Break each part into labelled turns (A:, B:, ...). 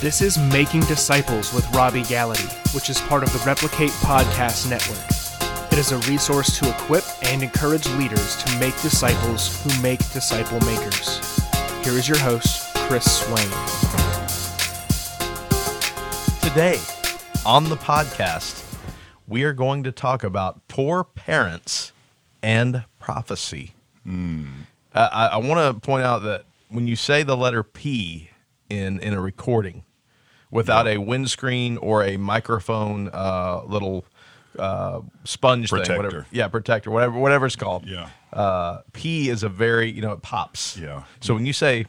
A: This is Making Disciples with Robbie Gallaty, which is part of the Replicate Podcast Network. It is a resource to equip and encourage leaders to make disciples who make disciple makers. Here is your host, Chris Swain.
B: Today, on the podcast, we are going to talk about poor parents and prophecy.
C: Hmm.
B: Mm. Uh, I, I want to point out that when you say the letter P in in a recording, without yep. a windscreen or a microphone, uh, little uh, sponge
C: protector.
B: thing, whatever. Yeah, protector, whatever, whatever it's called.
C: Yeah.
B: Uh, P is a very you know it pops.
C: Yeah.
B: So when you say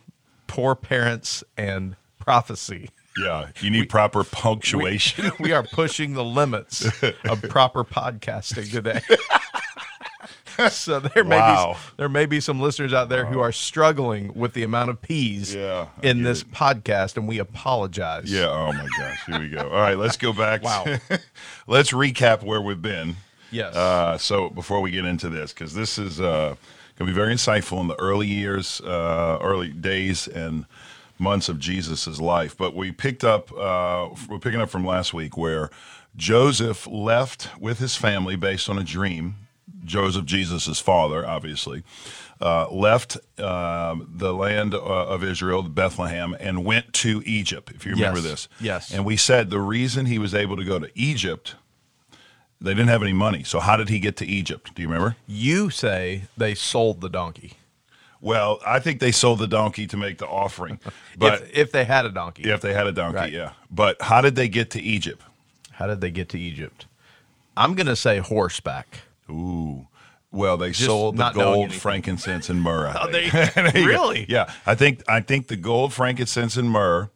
B: poor parents and prophecy.
C: Yeah, you need we, proper punctuation.
B: We, we are pushing the limits of proper podcasting today. so there may wow. be there may be some listeners out there wow. who are struggling with the amount of peas
C: Uh-huh. yeah,
B: in this it. podcast, and we apologize.
C: Yeah. Oh my gosh. Here we go. All right. Let's go back.
B: Wow.
C: let's recap where we've been.
B: Yes.
C: Uh, so before we get into this, because this is uh, going to be very insightful in the early years, uh, early days, and months of Jesus's life. But we picked up. uh, we're picking up from last week where. Joseph left with his family based on a dream Joseph, Jesus' father, obviously, uh, left uh, the land uh, of Israel, Bethlehem, and went to Egypt, if you remember
B: yes.
C: this.
B: Yes.
C: And we said the reason he was able to go to Egypt, they didn't have any money. So how did he get to Egypt? Do you remember?
B: You say they sold the donkey.
C: Well, I think they sold the donkey to make the offering. But
B: if, if they had a donkey.
C: If they had a donkey, right. yeah. But how did they get to Egypt?
B: How did they get to Egypt? I'm going to say horseback.
C: Ooh. Well, they Just sold the gold, frankincense, and myrrh.
B: oh, they, really?
C: Yeah, I think I think the gold, frankincense, and myrrh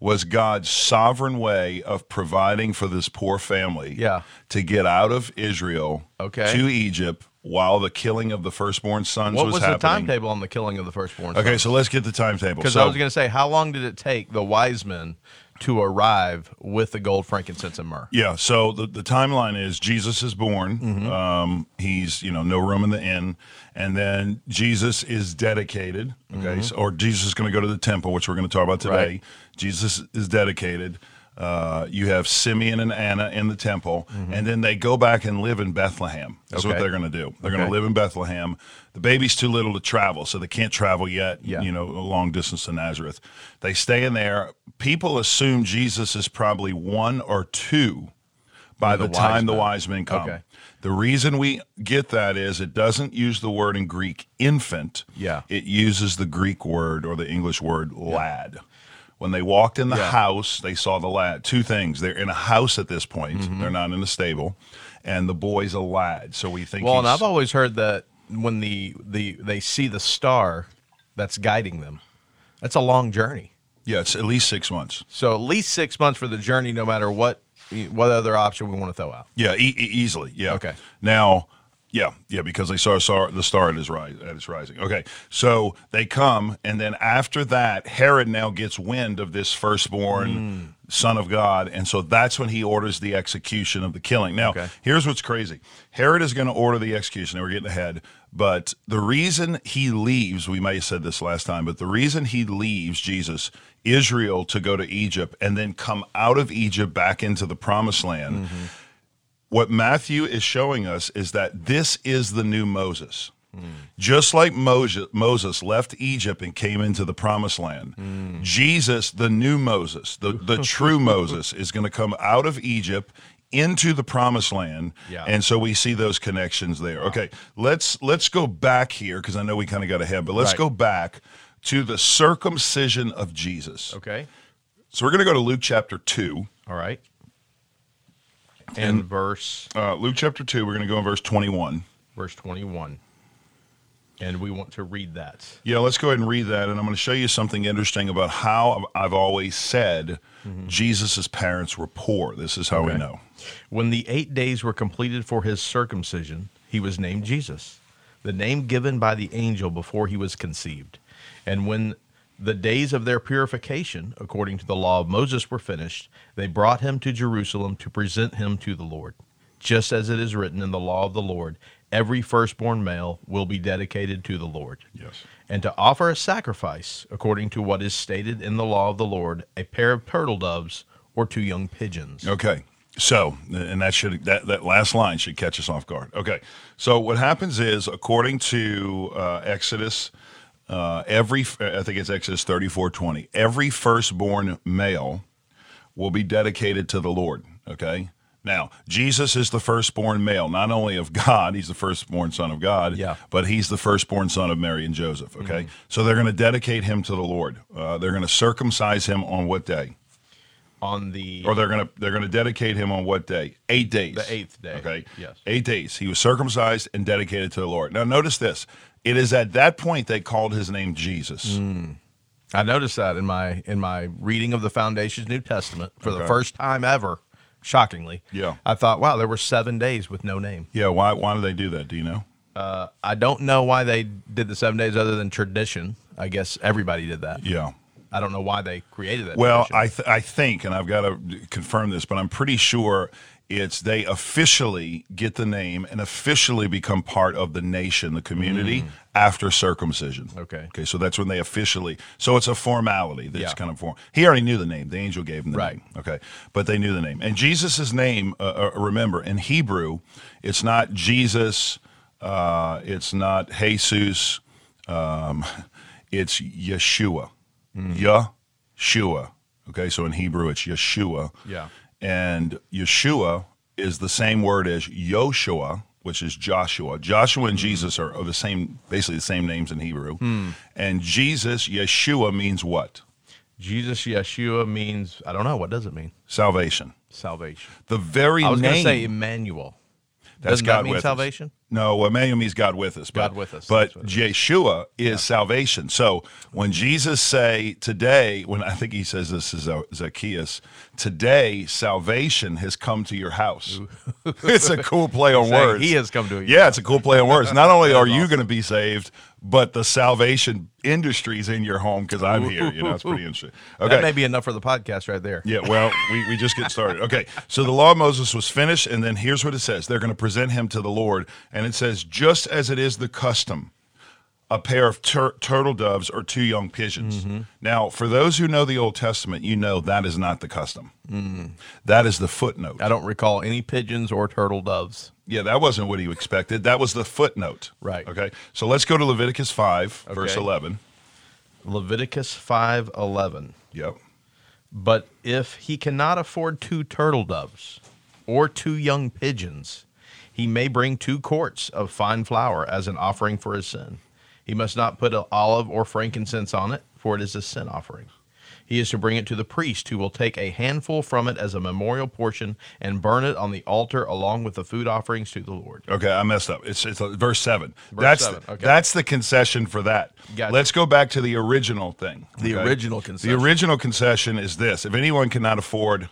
C: was God's sovereign way of providing for this poor family.
B: Yeah.
C: to get out of Israel.
B: Okay.
C: to Egypt while the killing of the firstborn sons
B: what
C: was,
B: was
C: happening.
B: the timetable on the killing of the firstborn?
C: Okay,
B: sons?
C: so let's get the timetable.
B: Because
C: so,
B: I was going to say, how long did it take the wise men? to arrive with the gold, frankincense, and myrrh.
C: Yeah. So the, the timeline is Jesus is born. Mm-hmm. Um, he's you know no room in the inn, and then Jesus is dedicated. Okay. Mm-hmm. So, or Jesus is going to go to the temple, which we're going to talk about today. Right. Jesus is dedicated. Uh, you have Simeon and Anna in the temple, mm-hmm. and then they go back and live in Bethlehem. That's okay. what they're going to do. They're okay. going to live in Bethlehem. The baby's too little to travel, so they can't travel yet.
B: Yeah.
C: You know, a long distance to Nazareth. They stay in there. People assume Jesus is probably one or two by the, the time the wise men come.
B: Okay.
C: The reason we get that is it doesn't use the word in Greek infant.
B: Yeah.
C: It uses the Greek word or the English word yeah. lad when they walked in the yeah. house, they saw the lad. Two things: they're in a house at this point; mm-hmm. they're not in a stable, and the boy's a lad. So we think.
B: Well, and I've always heard that when the the they see the star that's guiding them, that's a long journey.
C: Yeah, it's at least six months.
B: So at least six months for the journey, no matter what what other option we want to throw out.
C: Yeah, e- e- easily. Yeah.
B: Okay.
C: Now. Yeah, yeah, because they saw, saw the star at its, rise, at its rising. Okay, so they come, and then after that, Herod now gets wind of this
B: Hmm.
C: firstborn mm. son of God, and so that's when he orders the execution of the killing. Now,
B: okay.
C: here's what's crazy: Herod is going to order the execution. And we're getting ahead, but the reason he leaves, we may have said this last time, but the reason he leaves Jesus Israel to go to Egypt and then come out of Egypt back into the Promised
B: Hmm.
C: Land. Mm-hmm what Matthew is showing us is that this is the new Moses. Mm. Just like Moses left Egypt and came into the promised land, mm. Jesus, the new Moses, the, the true Moses, is going to come out of Egypt into the promised land
B: yeah.
C: and so we see those connections there wow. okay let's let's go back here because i know we kind of got ahead but let's
B: right.
C: go back to the circumcision of jesus
B: okay
C: so we're going to go to luke chapter 2
B: all right and in verse
C: uh, Luke chapter 2, we're going to go in verse 21.
B: Verse 21. And we want to read that.
C: Yeah, let's go ahead and read that. And I'm going to show you something interesting about how I've always said mm-hmm. Jesus' parents were poor. This is how okay. we know.
B: When the eight days were completed for his circumcision, he was named Jesus, the name given by the angel before he was conceived. And when the days of their purification, according to the law of Moses, were finished, they brought him to Jerusalem to present him to the Lord. just as it is written in the law of the Lord, every firstborn male will be dedicated to the Lord.
C: Yes.
B: And to offer a sacrifice, according to what is stated in the law of the Lord, a pair of turtle doves or two young pigeons.
C: Okay. So, and that should that that last line should catch us off guard. Okay. So what happens is, according to uh, Exodus, uh, every I think it's Exodus thirty four twenty, every firstborn male will be dedicated to the Lord. Okay. Now, Jesus is the firstborn male, not only of God, he's the firstborn son of God,
B: Yeah.
C: but he's the firstborn son of Mary and Joseph. Okay. So they're going to dedicate him to the Lord. Uh, they're going to circumcise him on what day?
B: On the
C: or they're gonna they're gonna dedicate him on what day? Eight days.
B: The eighth day.
C: Okay.
B: Yes.
C: Eight days. He was circumcised and dedicated to the Lord. Now notice this. It is at that point they called his name Jesus.
B: Mm. I noticed that in my in my reading of the Foundation's New Testament for the
C: Okay.
B: first time ever, shockingly.
C: Yeah.
B: I thought, wow, there were seven days with no name.
C: Yeah. Why why did they do that? Do you know?
B: I don't know why they did the seven days other than tradition. I guess everybody did that.
C: Yeah.
B: I don't know why they created that.
C: Well,
B: tradition.
C: I th- I think, and I've got to confirm this, but I'm pretty sure it's they officially get the name and officially become part of the nation, the community after circumcision.
B: Mm. Okay.
C: Okay. So that's when they officially. So it's a formality. That's
B: Yeah.
C: kind of form. He already knew the name. The angel gave him the
B: Right.
C: name. Okay. But they knew the name. And Jesus's name. Uh, uh, remember, in Hebrew, it's not Jesus. Uh, it's not Jesus. Um, it's Yeshua.
B: Hmm.
C: Yeshua. Okay, so in Hebrew it's Yeshua.
B: Yeah.
C: And Yeshua is the same word as Yoshua, which is Joshua. Joshua
B: Hmm.
C: and Jesus are, are the same, basically the same names in Hebrew. And Jesus, Yeshua means what?
B: Jesus Yeshua means I don't know what does it mean.
C: Salvation.
B: Salvation.
C: The very
B: I was going to
C: name.
B: say Emmanuel.
C: That's
B: Doesn't
C: God
B: that mean
C: with us.
B: salvation?
C: No, Emmanuel means God with us. But,
B: God with us,
C: But
B: that's what it
C: Yeshua is salvation. So when Jesus say today, when I think he says this is Zacchaeus, today salvation has come to your house. it's a cool play on
B: Saying
C: words.
B: He has come to you.
C: Yeah, it's a cool play on words. Not only are you going to be saved, but the salvation industry's in your home because I'm here. You know, it's pretty interesting. Okay.
B: That may be enough for the podcast right there.
C: Yeah, well, we, we just get started. Okay, so the law of Moses was finished, and then here's what it says they're going to present him to the Lord, and it says, just as it is the custom, a pair of tur- turtle doves or two young pigeons.
B: Mm-hmm.
C: Now, for those who know the Old Testament, you know that is not the custom.
B: Mm-hmm.
C: That is the footnote.
B: I don't recall any pigeons or turtle doves.
C: Yeah, that wasn't what you expected. That was the footnote.
B: Right.
C: Okay, so let's go to Leviticus 5, verse
B: Okay.
C: 11.
B: Leviticus 5:11.
C: Yep.
B: But if he cannot afford two turtle doves or two young pigeons, he may bring two quarts of fine flour as an offering for his sin. He must not put a olive or frankincense on it, for it is a sin offering. He is to bring it to the priest, who will take a handful from it as a memorial portion and burn it on the altar along with the food offerings to the Lord.
C: Okay, I messed up. It's it's uh, verse seven. that's
B: seven,
C: The,
B: okay.
C: that's the concession for that.
B: Gotcha.
C: Let's go back to the original thing.
B: The original concession.
C: The original concession is this: if anyone cannot afford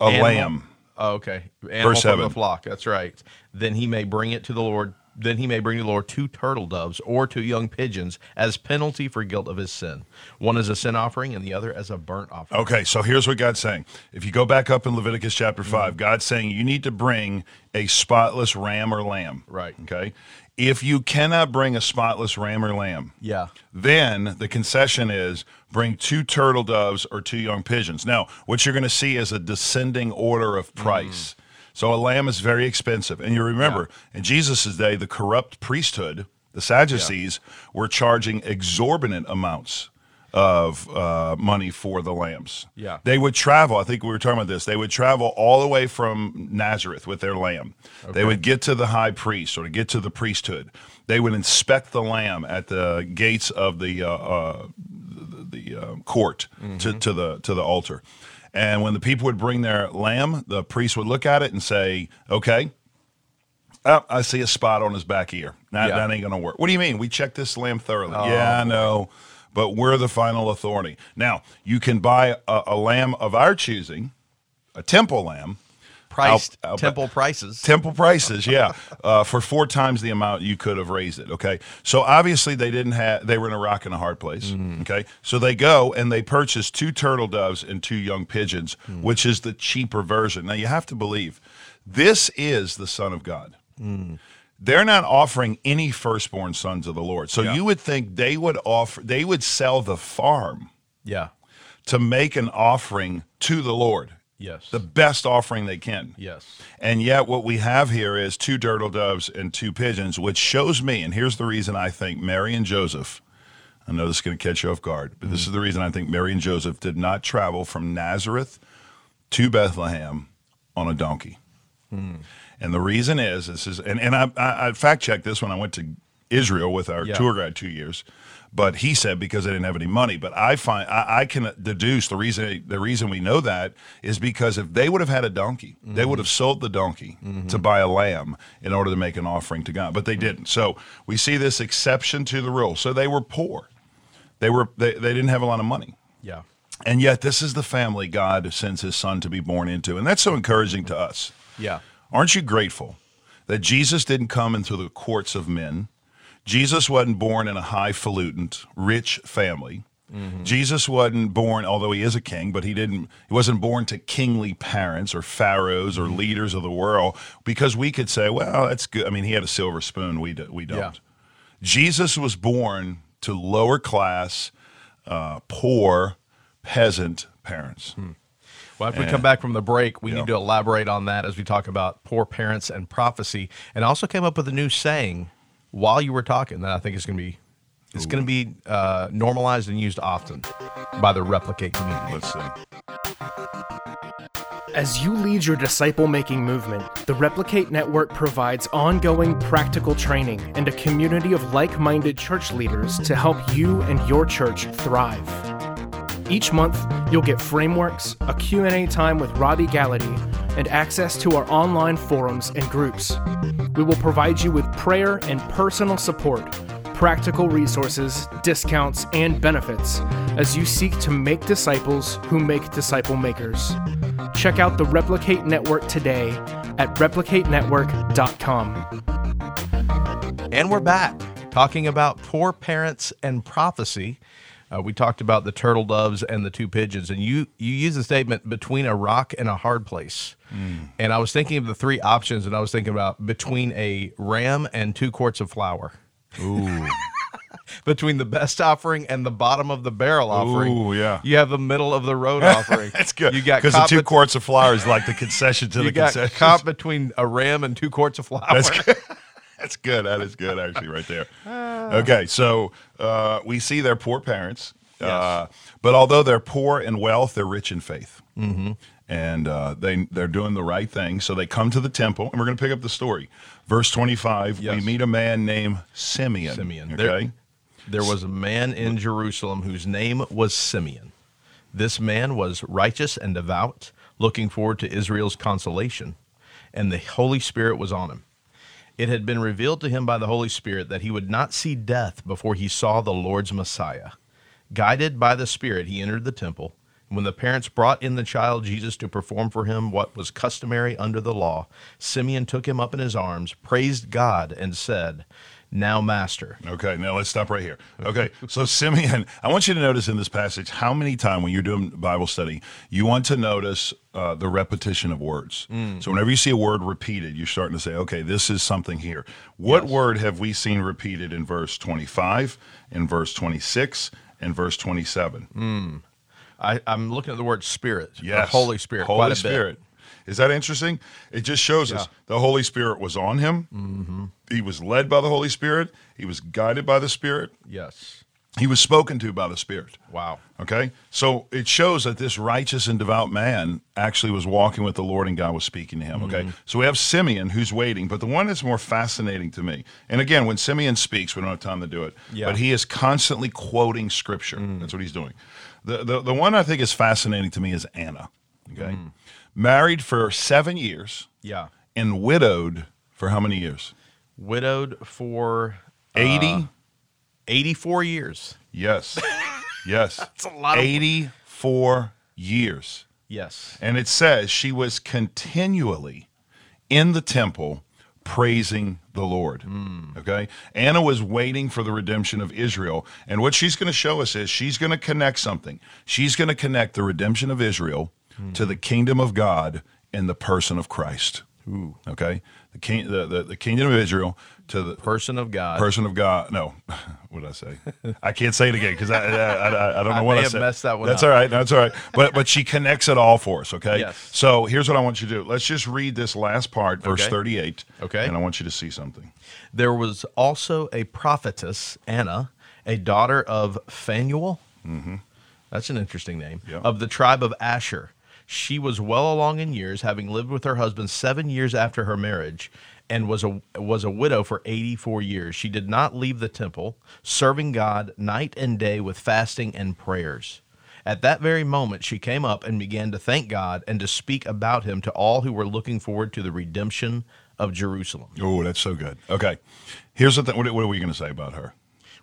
C: a
B: Animal-
C: lamb,
B: Oh, okay. Animal
C: Verse
B: from the
C: seven.
B: flock. That's right. Then he may bring it to the Lord. Then he may bring to the Lord two turtle doves or two young pigeons as penalty for guilt of his sin. One is a sin offering and the other as a burnt offering.
C: okay. So here's what God's saying. If you go back up in Leviticus chapter
B: Mm-hmm.
C: five, God's saying you need to bring a spotless ram or lamb.
B: Right.
C: Okay. If you cannot bring a spotless ram or lamb,
B: Yeah.
C: Then the concession is bring two turtle doves or two young pigeons. Now, what you're going to see is a descending order of price. So a lamb is very expensive. And you remember, in Jesus' day, the corrupt priesthood, the Sadducees, were charging exorbitant amounts of uh, money for the lambs.
B: Yeah.
C: They would travel, I think we were talking about this, they would travel all the way from Nazareth with their lamb. They would get to the high priest or to get to the priesthood. They would inspect the lamb at the gates of the uh, uh, the um, court to, to the to the altar. And when the people would bring their lamb, the priest would look at it and say, "Okay, oh, I see a spot on his back ear. That,
B: Yeah.
C: that ain't gonna work." What do you mean? We checked this lamb thoroughly. yeah, I know, but we're the final authority. Now you can buy a, a lamb of our choosing, a temple lamb,
B: Priced
C: I'll- I'll-
B: temple prices.
C: Temple prices, yeah, uh, for four times the amount you could have raised it. Okay, so obviously they didn't have they were in a rock and a hard place. Okay, so they go and they purchase two turtle doves and two young pigeons, which is the cheaper version. Now you have to believe This is the Son of God. They're not offering any firstborn sons of the Lord. So you would think they would offer, they would sell the farm
B: Yeah.
C: to make an offering to the Lord,
B: Yes.
C: the best offering they can.
B: yes.
C: And yet, what we have here is two turtle doves and two pigeons, which shows me, and here's the reason I think Mary and Joseph, I know this is going to catch you off guard, but this is the reason I think Mary and Joseph did not travel from Nazareth to Bethlehem on a donkey. And the reason is this is, and, and I, I, I fact checked this when I went to Israel with our
B: Yeah.
C: tour guide two years, but he said because they didn't have any money. But I find I, I can deduce the reason the reason we know that is because if they would have had a donkey, they would have sold the donkey to buy a lamb in order to make an offering to God. But they didn't. So we see this exception to the rule. So they were poor. They were they, they didn't have a lot of money.
B: Yeah.
C: And yet this is the family God sends his son to be born into. And that's so encouraging to us.
B: Yeah.
C: Aren't you grateful that Jesus didn't come into the courts of men? Jesus wasn't born in a highfalutin, rich family. Jesus wasn't born, although he is a king, but he didn't. He wasn't born to kingly parents or pharaohs or leaders of the world, because we could say, "Well, that's good." I mean, he had a silver spoon. We do, we don't.
B: Yeah.
C: Jesus was born to lower class, uh, poor, peasant parents.
B: Well, after we come back from the break, we need to elaborate on that as we talk about poor parents and prophecy. And I also came up with a new saying while you were talking that I think is going to be it's going to be uh, normalized and used often by the replicate community.
C: Let's see.
A: As you lead your disciple making movement, the Replicate Network provides ongoing practical training and a community of like minded church leaders to help you and your church thrive. Each month, you'll get frameworks, a Q&A time with Robbie Gallaty, and access to our online forums and groups. We will provide you with prayer and personal support, practical resources, discounts, and benefits as you seek to make disciples who make disciple makers. Check out the Replicate Network today at replicatenetwork.com.
B: And we're back talking about poor parents and prophecy. Uh, we talked about the turtle doves and the two pigeons, and you you use the statement between a rock and a hard place.
C: Hmm.
B: And I was thinking of the three options, and I was thinking about between a ram and two quarts of flour.
C: Ooh,
B: Between the best offering and the bottom of the barrel offering,
C: Ooh, yeah.
B: you have the middle of the road offering.
C: that's good.
B: You got
C: because the
B: caught
C: two
B: bet-
C: quarts of flour is like the concession to
B: you
C: the
B: got
C: concession.
B: caught between a ram and two quarts of flour.
C: That's good. That's good. That is good, actually, right there.
B: Ah.
C: Okay, so uh, we see their poor parents, uh, but although they're poor in wealth, they're rich in faith, mm-hmm. and uh, they they're doing the right thing. So they come to the temple, and we're going to pick up the story, verse twenty five. We
B: Yes.
C: meet a man named Simeon.
B: Simeon.
C: Um, Okay.
B: There- There, was a man in Jerusalem whose name was Simeon. This man was righteous and devout, looking forward to Israel's consolation, and the Holy Spirit was on him. It had been revealed to him by the Holy Spirit that he would not see death before he saw the Lord's Messiah. Guided by the Spirit, he entered the temple. And When the parents brought in the child Jesus to perform for him what was customary under the law, Simeon took him up in his arms, praised God, and said, Now, Master,
C: Okay, now let's stop right here. Okay, so Simeon, I want you to notice in this passage how many times when you're doing Bible study, you want to notice uh, the repetition of words.
B: Mm.
C: So whenever you see a word repeated, you're starting to say, okay, this is something here. What word have we seen repeated in verse 25, in verse 26, and verse 27?
B: I, I'm looking at Mm, the word spirit. or
C: Yes.
B: Holy Spirit.
C: Holy
B: quite a
C: Spirit. Is that interesting? It just shows us the Holy Spirit was on him.
B: Mm-hmm.
C: He was led by the Holy Spirit. He was guided by the Spirit.
B: Bit. Yes.
C: He was spoken to by the Spirit.
B: Wow.
C: Okay. So it shows that this righteous and devout man actually was walking with the Lord and God was speaking to him. Okay. So we have Simeon who's waiting, but the one that's more fascinating to me, and again, when Simeon speaks, we don't have time to do it,
B: Yeah.
C: but he is constantly quoting scripture. That's what he's doing. The, the, the one I think is fascinating to me is Anna. Okay. Married for seven years
B: Yeah.
C: and widowed for how many years?
B: Widowed for
C: 80?
B: 84 years.
C: yes. Yes. That's a lot 84 years.
B: Yes.
C: And it says she was continually in the temple praising the Lord. Okay? Anna was waiting for the redemption of Israel. And what she's going to show us is she's going to connect something. She's Hmm. going to connect the redemption of Israel to the kingdom of God in the person of Christ.
B: Ooh.
C: Okay, the king, the, the, the kingdom of Israel to the
B: Person of God.
C: person of God. No, what did I say? I can't say it again because I, I, I, I don't know
B: I
C: what
B: may
C: I
B: have
C: said.
B: messed that one
C: That's
B: up.
C: all right. That's all right. But but she connects it all for us. Okay.
B: Yes.
C: So here's what I want you to do. Let's just read this last part, verse
B: Okay.
C: 38.
B: Okay.
C: And I want you to see something.
B: There was also a prophetess, Anna, a daughter of Phanuel. Mm-hmm. That's an interesting name.
C: Yeah.
B: Of the tribe of Asher. She was well along in years, having lived with her husband seven years after her marriage, and was a was a widow for eighty four years. She did not leave the temple, serving God night and day with fasting and prayers. At that very moment, she came up and began to thank God and to speak about Him to all who were looking forward to the redemption of Jerusalem.
C: Oh, that's so good. Okay. Here's the thing. What, what are we going to say about her?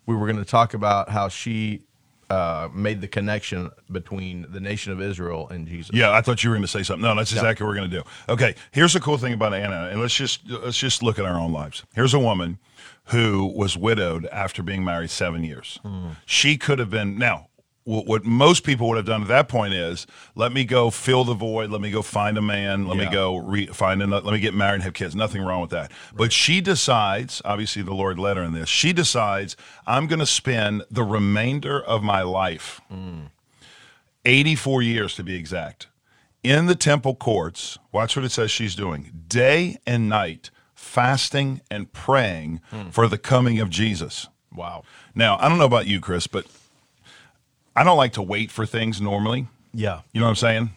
B: we were going to talk about how she uh, made the connection between the nation of Israel and Jesus.
C: Yeah, I thought you were going to say something. No, that's exactly what we're going to do. Okay, here's the cool thing about Anna, and let's just let's just look at our own lives. Here's a woman who was widowed after being married seven years. She could have been now. What, what most people would have done at that point is, let me go fill the void. Let me go find a man. Let me
B: Yeah.
C: go re- find another. Let me get married and have kids. Nothing wrong with that. But she decides. Obviously, the Lord led her in this. She decides I'm going to spend the remainder of my life 84 years to be exact, in the temple courts. Watch what it says she's doing day and night, fasting and praying
B: Hmm.
C: for the coming of Jesus.
B: Wow.
C: Now, I don't know about you, Chris, but I don't like to wait for things normally.
B: Yeah.
C: You know what I'm saying?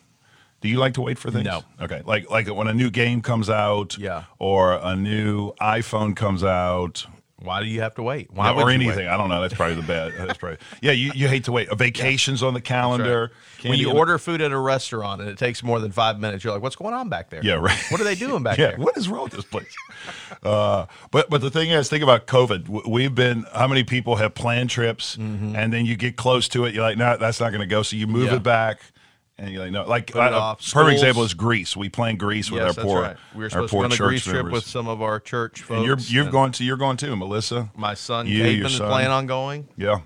C: Do you like to wait for things?
B: No.
C: Okay. Like like when a new game comes out
B: Yeah.
C: or a new iPhone comes out
B: Why do you have to wait? Why
C: yeah,
B: would
C: or
B: you wait?
C: anything. I don't know. That's probably the bad. That's probably yeah. You, you hate to wait. A vacation's on the calendar.
B: When
C: candy
B: you
C: on-
B: order food at a restaurant and it takes more than five minutes, you're like, "What's going on back there?
C: Yeah, right.
B: What are they doing back
C: yeah,
B: there?"
C: what is wrong with this place? uh, but but the thing is, think about COVID. W- We've been how many people have planned trips, and then you get close to it, you're like, no, that's not going to go. So you move
B: Mm-hmm. Yeah.
C: it back, and you're like, no, like
B: it
C: uh,
B: off.
C: perfect
B: Schools.
C: example is Greece. We planned Greece with
B: Yes,
C: our
B: that's
C: poor
B: right. We were
C: our
B: supposed to
C: poor
B: run a
C: church
B: Greece trip
C: members.
B: with some of our church folks.
C: and you're you've
B: and
C: gone to you're going too, Melissa.
B: My son
C: you, your
B: Caveman is
C: son.
B: planning on going,
C: Yeah.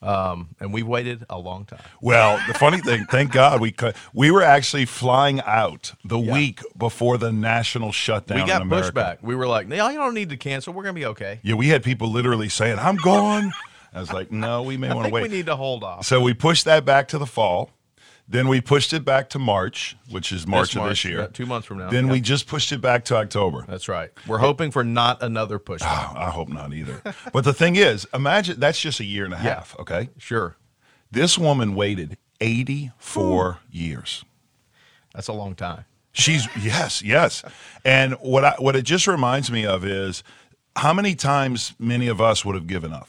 B: um, and we've waited a long time.
C: Well, the funny thing, thank God we could, we were actually flying out the
B: Yeah.
C: week before the national shutdown.
B: we got
C: in America.
B: pushback. We were like, "No, you don't need to cancel. We're going to be okay."
C: Yeah, we had people literally saying, "I'm going." I was like, "No, we may
B: I
C: want to
B: think
C: wait."
B: we need to hold off.
C: so we pushed that back to the fall. Then we pushed it back to March, which is March, of this
B: March,
C: year.
B: about two months from now.
C: Then
B: Yeah.
C: we just pushed it back to October.
B: That's right. We're hoping for not another pushback.
C: Oh, I hope not either. but the thing is, imagine that's just a year and a half. Okay,
B: Sure.
C: this woman waited 84 years.
B: That's a long time.
C: She's yes, yes. And what I what it just reminds me of is how many times many of us would have given up.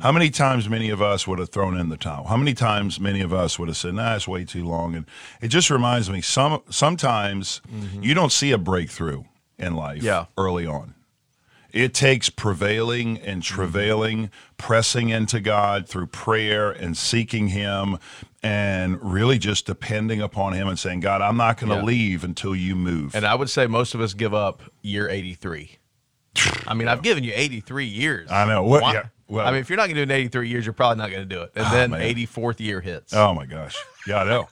C: How many times many of us would have thrown in the towel? How many times many of us would have said, "Nah, it's way too long." And it just reminds me some sometimes you don't see a breakthrough in life
B: Yeah.
C: early on. It takes prevailing and travailing, pressing into God through prayer and seeking Him and really just depending upon Him and saying, God, I'm not going to
B: Yeah.
C: leave until you move.
B: And I would say most of us give up year 83. I mean, I've given you 83 years.
C: I know. What-
B: Why-
C: yeah, well- Ah,
B: I mean, if you're not going to do it in 83 years, you're probably not going to do it. And then
C: man.
B: 84th year hits.
C: oh my gosh. Yeah, I know.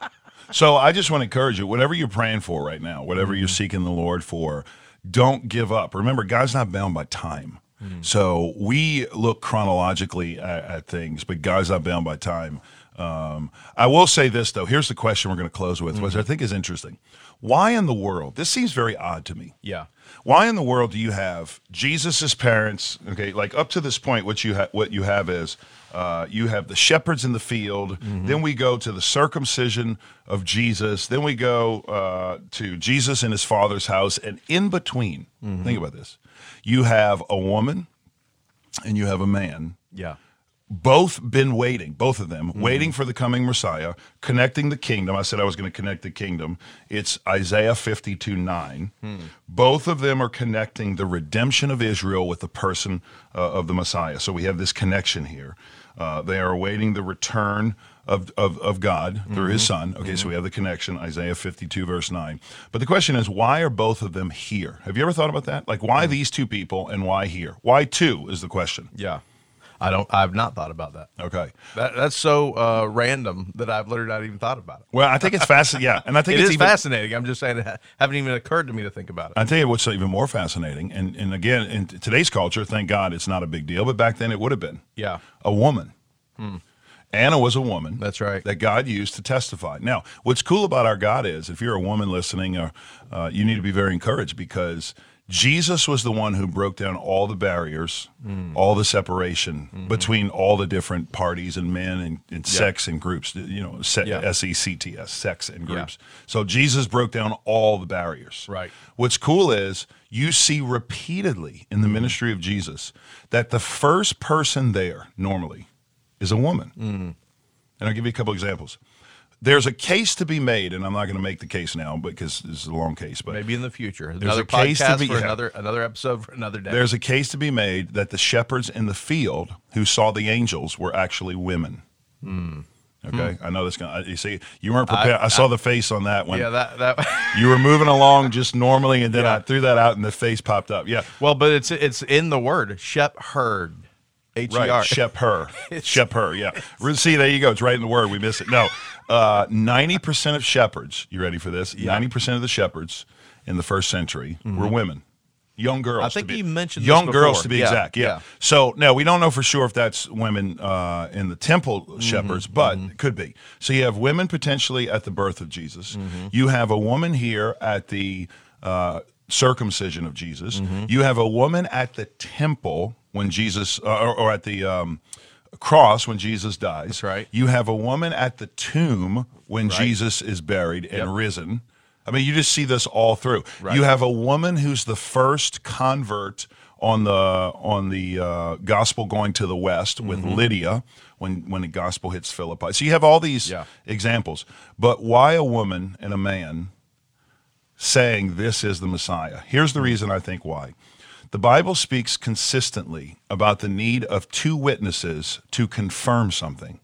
C: so I just want to encourage you whatever you're praying for right now, whatever you're seeking the Lord for, don't give up. Remember, God's not bound by time. So we look chronologically at, at things, but God's not bound by time. Um, I will say this though. Here's the question we're going to close with, which I think is interesting. Why in the world? This seems very odd to me.
B: Yeah.
C: Why in the world do you have Jesus's parents? Okay, like up to this point, what you ha- what you have is uh, you have the shepherds in the field. Then we go to the circumcision of Jesus. Then we go uh, to Jesus in his father's house, and in between, think about this: you have a woman and you have a man
B: Yeah.
C: both been waiting, both of them, waiting for the coming Messiah, connecting the kingdom. I said I was going to connect the kingdom. It's Isaiah 52 9. Both of them are connecting the redemption of Israel with the person uh, of the Messiah. So we have this connection here. Uh, they are awaiting the return of, of, of God through his son. Okay, so we have the connection, Isaiah 52, verse 9. But the question is, why are both of them here? Have you ever thought about that? Like, why these two people and why here? Why two is the question.
B: Yeah. I don't. I've not thought about that.
C: Okay.
B: That, that's so uh, random that I've literally not even thought about it.
C: Well, I think it's fascinating. Yeah, and I think
B: It
C: it's
B: is
C: even, Uh.
B: fascinating. I'm just saying it ha- haven't even occurred to me to think about it.
C: I tell you what's even more fascinating, and and again, in t- today's culture, thank God it's not a big deal, but back then it would have been.
B: Yeah.
C: a woman. Anna was a woman.
B: Hmm. That's right.
C: That God used to testify. Now, what's cool about our God is, if you're a woman listening, uh, uh, you need to be very encouraged because Jesus was the one who broke down all the barriers,
B: Mm.
C: all the separation
B: Mm-hmm.
C: between all the different parties and men and, and sex and groups. You know, se-
B: Yeah.
C: S E C T S, sex and groups. So Jesus broke down all the barriers.
B: Right.
C: What's cool is you see repeatedly in the
B: Mm-hmm.
C: ministry of Jesus that the first person there normally is a woman.
B: Mm.
C: And I'll give you a couple examples. There's a case to be made, and I'm not going to make the case now because this is a long case, but
B: Maybe in the future, another
C: a case to
B: podcast
C: be-
B: for
C: yeah.
B: another another episode for another day.
C: there's a case to be made that the shepherds in the field who saw the angels were actually women. Okay, I know this. Gonna, you see, you weren't prepared. I, saw the face on that one.
B: yeah, that that.
C: you were moving along just normally, and then
B: Yeah.
C: I threw that out, and the face popped up. Yeah,
B: Well, but it's it's in the word shepherd. H E
C: Right,
B: R.
C: Shep her, Shep her. Yeah, Re- see, there you go. It's right in the word. We miss it. No, uh, ninety percent of shepherds. You ready for this? Ninety percent of the shepherds in the first century were women, young girls.
B: Mm-hmm. I
C: to
B: think
C: be-
B: you mentioned this
C: young girls
B: before.
C: to be
B: Yeah,
C: exact. Yeah.
B: yeah.
C: So now we don't know for sure if that's women uh, in the temple
B: Mm-hmm.
C: shepherds, but it could be. So you have women potentially at the birth of Jesus.
B: Mm-hmm.
C: You have a woman here at the uh, circumcision of Jesus.
B: Mm-hmm.
C: You have a woman at the temple when Jesus, uh, or, or at the um, cross when Jesus dies.
B: That's right.
C: You have a woman at the tomb when Jesus is buried and risen. I mean, you just see this all through. You have a woman who's the first convert on the on the uh, gospel going to the west with Lydia when when the gospel hits Philippi. So you have all these
B: Yeah.
C: examples. But why a woman and a man saying this is the Messiah? Here's the reason I think why. The Bible speaks consistently about the need of two witnesses to confirm something.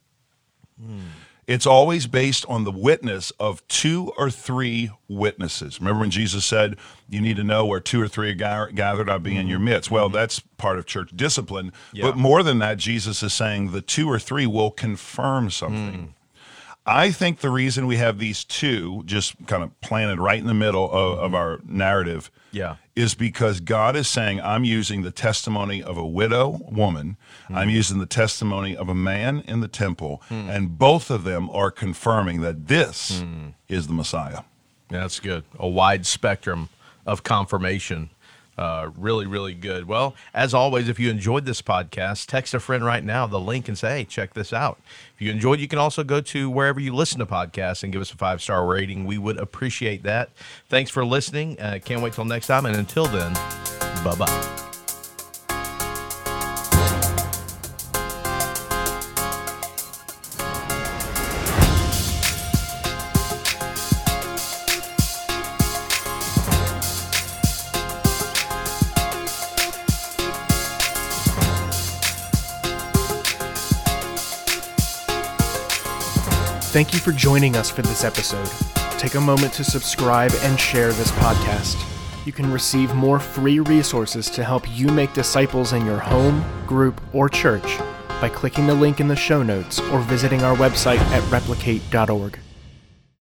C: It's always based on the witness of two or three witnesses. Remember when Jesus said, You need to know where two or three are ga- gathered, I'll be in your midst. Well, that's part of church discipline. But more than that, Jesus is saying the two or three will confirm something. I think the reason we have these two just kind of planted right in the middle of, of our narrative
B: Yeah.
C: is because God is saying, I'm using the testimony of a widow woman, I'm using the testimony of a man in the temple, and both of them are confirming that this is the Messiah.
B: Yeah, that's good. A wide spectrum of confirmation. Uh, really, really good. Well, as always, if you enjoyed this podcast, text a friend right now the link and say, hey, check this out. If you enjoyed, you can also go to wherever you listen to podcasts and give us a five star rating. We would appreciate that. Thanks for listening. Uh, can't wait till next time. And until then, bye bye.
A: Thank you for joining us for this episode. Take a moment to subscribe and share this podcast. You can receive more free resources to help you make disciples in your home, group, or church by clicking the link in the show notes or visiting our website at replicate.org.